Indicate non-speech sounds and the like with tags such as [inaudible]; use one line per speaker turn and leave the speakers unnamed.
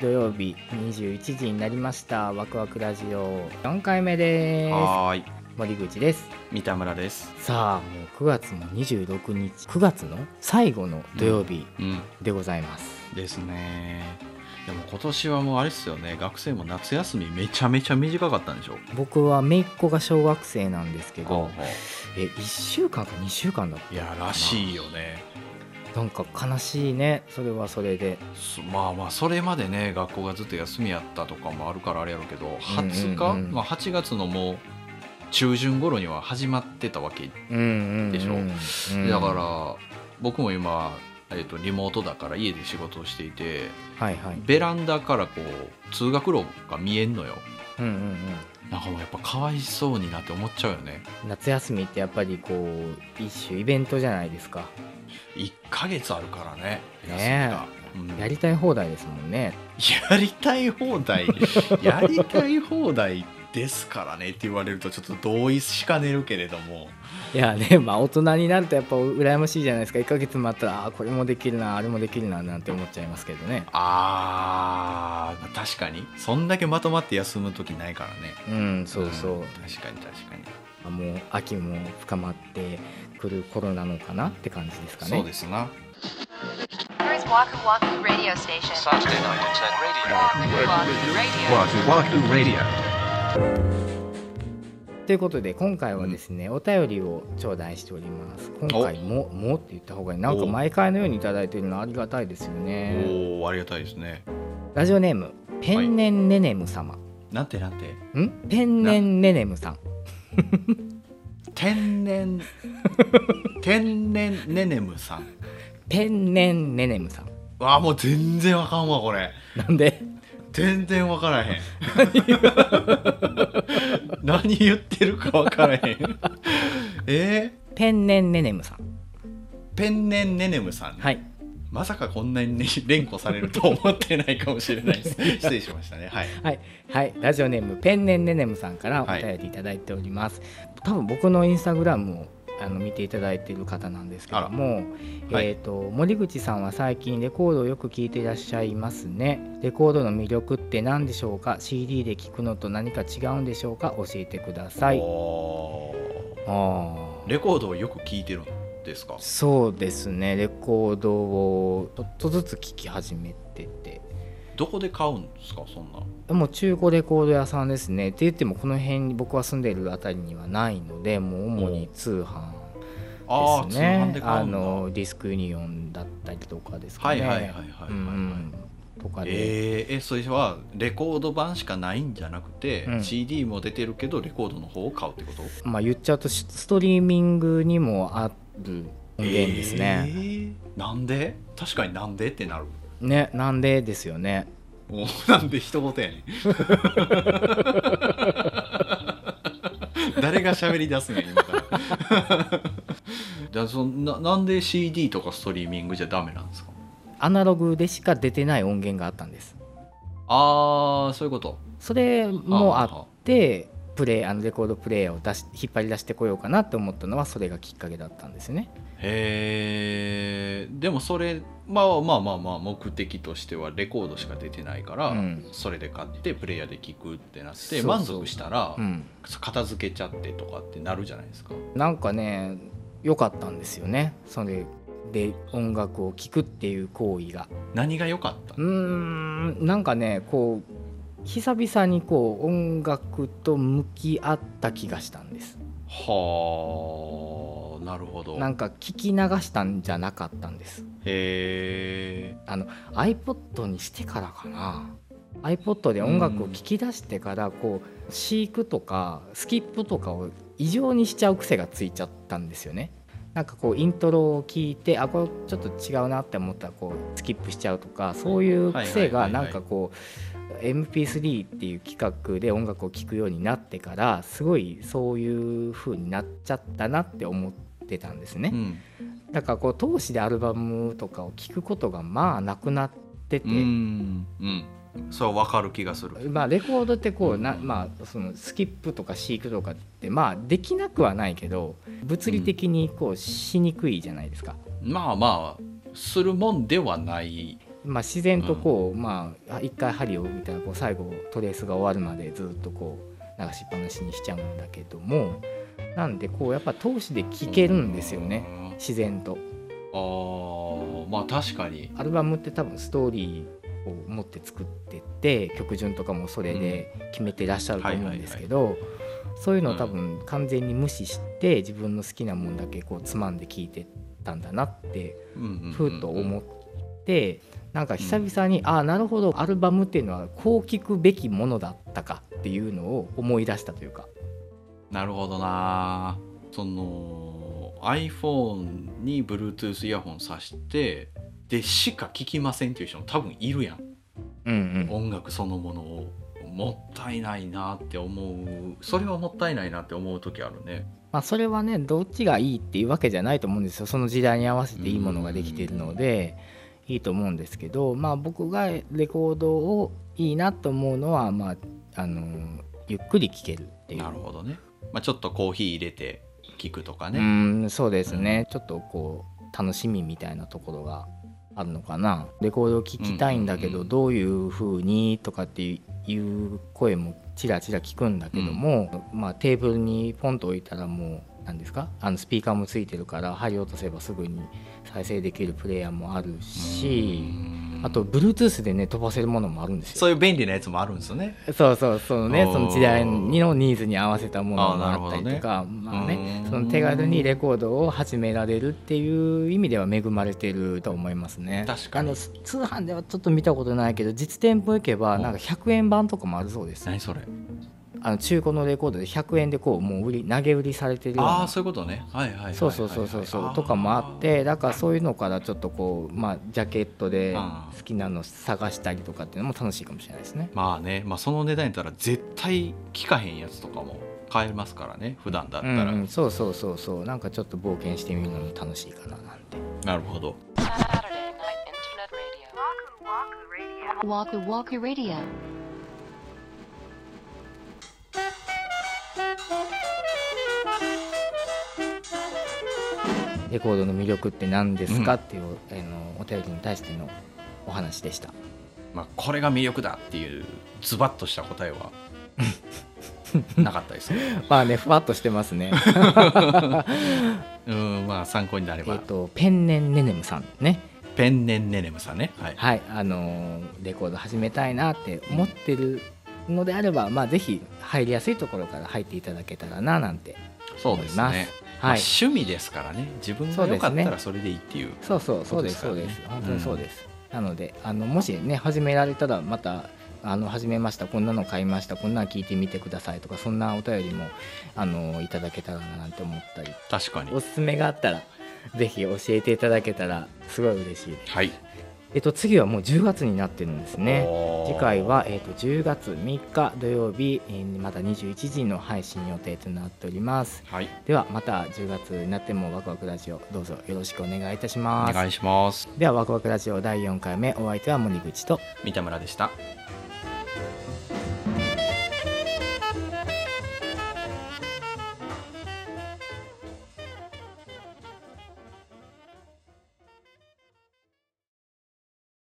土曜日21時になりましたワクワクラジオ4回目です
はーい
森口です
三田村です
さあもう9月も26日9月の最後の土曜日
うん
でございます、
ですねでも今年はもうあれっすよね学生も夏休みめちゃめちゃ短かったんでしょ
僕は姪っ子が小学生なんですけど
あ
え1週間か2週間だっ
いやらしいよね
たなんか悲しいねそれはそれで
そまあまあそれまでね学校がずっと休みやったとかもあるからあれやろうけど20日、
うんうんうん
まあ、8月のもう中旬頃には始まってたわけ
うんうん、うん、
でしょ
うん
だから僕も今、えっとリモートだから家で仕事をしていて
はいはい
ベランダからこう通学路が見えんのよ
うんうんうん
なんかもうやっぱかわいそうになって思っちゃうよね
夏休みってやっぱりこう一種イベントじゃないですか
1ヶ月あるからね
ね
休みがうん
やりたい放題ですもんね
[laughs] やりたい放
[laughs]
題やりたい放題ですからねって言われるとちょっと同意しかねるけれども
いやねまあ大人になるとやっぱ羨ましいじゃないですか1ヶ月もあったらあーこれもできるなあれもできるななんて思っちゃいますけどね
あー確かにそんだけまとまって休む時ないからね
うんそうそう、
ん確かに確かに
あもう秋も深まってくる頃なのかなって感じですかね
そうですな
Here is Waku Waku Radio Station.
Saturday night at
Waku Waku Radio.
ということで今回はですね、お便りを頂戴しております今回も「も」って言った方がいいなんか
お
毎回のように頂いただいてるのありがたいですよね
おおありがたいですね
ラジオネームペンネンネネム様、
なんてなんて
んペンネンネネムさん [laughs]
天然天然ねねむさん
ペンネンネネムさん
わあもう全然わかんわこれ
なんで
[laughs] 全然わからへん何言ってるかわからへんえ
ペンネンネネムさん
ー、ペンネンネネムさん、
はい
まさかこんなに、ね、連呼されると思ってないかもしれないです
[laughs]
失礼しましたねはい
はい、はい、ラジオネームペンネンネネムさんからお
はい
便りいただいております、多分僕のインスタグラムをあの見ていただいている方なんですけども、
らはい
えー、と森口さんは最近レコードをよく聴いていらっしゃいますねレコードの魅力って何でしょうか CD で聴くのと何か違うんでしょうか教えてください
お
あー
ーレコードをよく聞いてるんですか
そうですねレコードをちょっとずつ聴き始めてて
どこで買うんですかそんな
もう中古レコード屋さんですねって言ってもこの辺に僕は住んでいるあたりにはないのでもう主に通販
ああ、
です
通販
ね
で買
あ
うんだ
のディスクユニオンだったりとかですか
はい
ね
はいはいはいはいはい、
うんうんとかで、
えー、えそれはレコード版しかないんじゃなくて、
うん
CD も出てるけどレコードの方を買うってこと
まあ言っちゃうとしストリーミングにもある音源です
え
ね、
ーなんで確かになんでってなる
ねなんでですよね
もうなんで一言やねん誰が喋り出すねん今から [laughs] だからそんななんで CD とかストリーミングじゃダメなんですか
アナログでしか出てない音源があったんです
ああそういうこと
それもあってプレイあのレコードプレイヤーを出し引っ張り出してこようかなって思ったのはそれがきっかけだったんですよね
へえでもそれまあまあまあまあ目的としてはレコードしか出てないから、
うん
それで買ってプレイヤーで聴くってなっ
そう
て
そう
満足したら、
うん、
片付けちゃってとかってなるじゃないですか
なんかね良かったんですよねそれで音楽を聴くっていう行為が
何が良かった
うーんなんかねこう久々にこう音楽と向き合った気がしたんです
はあなるほど
な
へ
んか聞き流したんじゃなかったんです
え
iPod にしてからかな iPod で音楽を聴き出してからこう飼育とかスキップとかを異常にしちゃう癖がついちゃったんですよねなんかこうイントロを聞いてあこれちょっと違うなって思ったらこうスキップしちゃうとかそういう癖が
はいはいはいはい
なんかこう MP3 っていう企画で音楽を聴くようになってからすごいそういう風になっちゃったなって思ってたんですね
う。ん
だからこう投資でアルバムとかを聞くことがまあなくなってて、
うんうんそれは分かる気がする
まあ、レコードってこうな、まあ、そのスキップとか飼育とかってまあできなくはないけど物理的にこうしにくいじゃないですか。
まあまあするもんではない
まあ、自然とこう、まああ一回針をみたいなこう最後トレースが終わるまでずっとこう流しっぱなしにしちゃうんだけどもなんでこうやっぱ通しで聴けるんですよね
ね
自然と。
あーまあ確かに
アルバムって多分ストーリーを持って作ってって曲順とかもそれで決めてらっしゃると思うんですけどそういうのを多分完全に無視して自分の好きなもんだけこうつまんで聴いてたんだなってふ
ふ
うと思ってなんか久々にああなるほどアルバムっていうのはこう聴くべきものだったかっていうのを思い出したというか
なるほどなその iPhone に Bluetooth イヤホンさしてでしか聞きませんっていう人も多分いるやん
うんうん
音楽そのものをもったいないなって思うそれはもったいないなって思う時あるね
まあそれはねどっちがいいっていうわけじゃないと思うんですよその時代に合わせていいものができているのでいいと思うんですけどまあ僕がレコードをいいなと思うのはまああのゆっくり聴けるっていう
なるほどね、まあ、ちょっとコーヒー入れて聞くとか
う
ね、
ーんそうですね、ちょっとこう楽しみみたいなところがあるのかなレコードを聴きたいんだけ
うんうん
ど
うん
どういう風にとかっていう声もちらちら聞くんだけども、まあ、テーブルにポンと置いたらもう何ですかあのスピーカーもついてるから針落とせばすぐに再生できるプレイヤーもあるしあと Bluetooth でね飛ばせるものもあるんですよ
そういう便利なやつもあるんですよね
そうそうそうね
おー
その時代のニーズに合わせたものがあったりとか、
ほどね
まあね
うーん
その手軽にレコードを始められるっていう意味では恵まれてると思いますね
確かに
あの通販ではちょっと見たことないけど実店舗行けば
うん
なんか100円版とかもあるそうです
何それ
あの中古のレコードで100円でこうもう売り投げ売りされてるよう
ああ
な
ーそういうことねはいはいはいはいはい
そうそうそうそうそうとかもあっ
ー
てだからそういうのからちょっとこうまあジャケットで
うん
好きなの探したりとかっていうのも楽しいかもしれないですね
まあね、まあ、その値段やったら絶対聞かへんやつとかも買えますからね普段だったら、
うんうん、そうそうそうそうなんかちょっと冒険してみるのも楽しいかななんて
なるほど
Saturday Night Internet Radio.
Waku Waku Radio.
レコードの魅力って何ですか、
うん
っていうあのお便りに対してのお話でした
まあ、これが魅力だっていうズバッとした答え
[laughs]
はなかったですね
まあねふわっとしてます
[laughs]
ね
うんまあ参考になれ
え
ば
っとペンネンネネムさんね
ペンネンネネムさんねはい、
はいあのーレコード始めたいなって思ってるのであればまあぜひ入りやすいところから入っていただけたらななんて
そうです
思い
ね
ます、
まあ
はい、
趣味ですからね自分が良かったらそれでいいっていう
そうそうそうです
そ
そうう
で
ですす
からね
本当にそうです、なのであのもしね始められたらまたあの始めましたこんなの買いましたこんなの聞いてみてくださいとかそんなお便りもあのいただけたらななんて思ったり
確かに
おすすめがあったらぜひ教えていただけたらすごい嬉しいです
はい
えっと次はもう10月になってるんですね
おー
次回は、えっと10月3日土曜日、えーまた21時の配信予定となっております
はい
ではまた10月になってもワクワクラジオどうぞよろしくお願いいたしま
お
す
願いします
ではワクワクラジオ第4回目お相手は森口と
三田村でした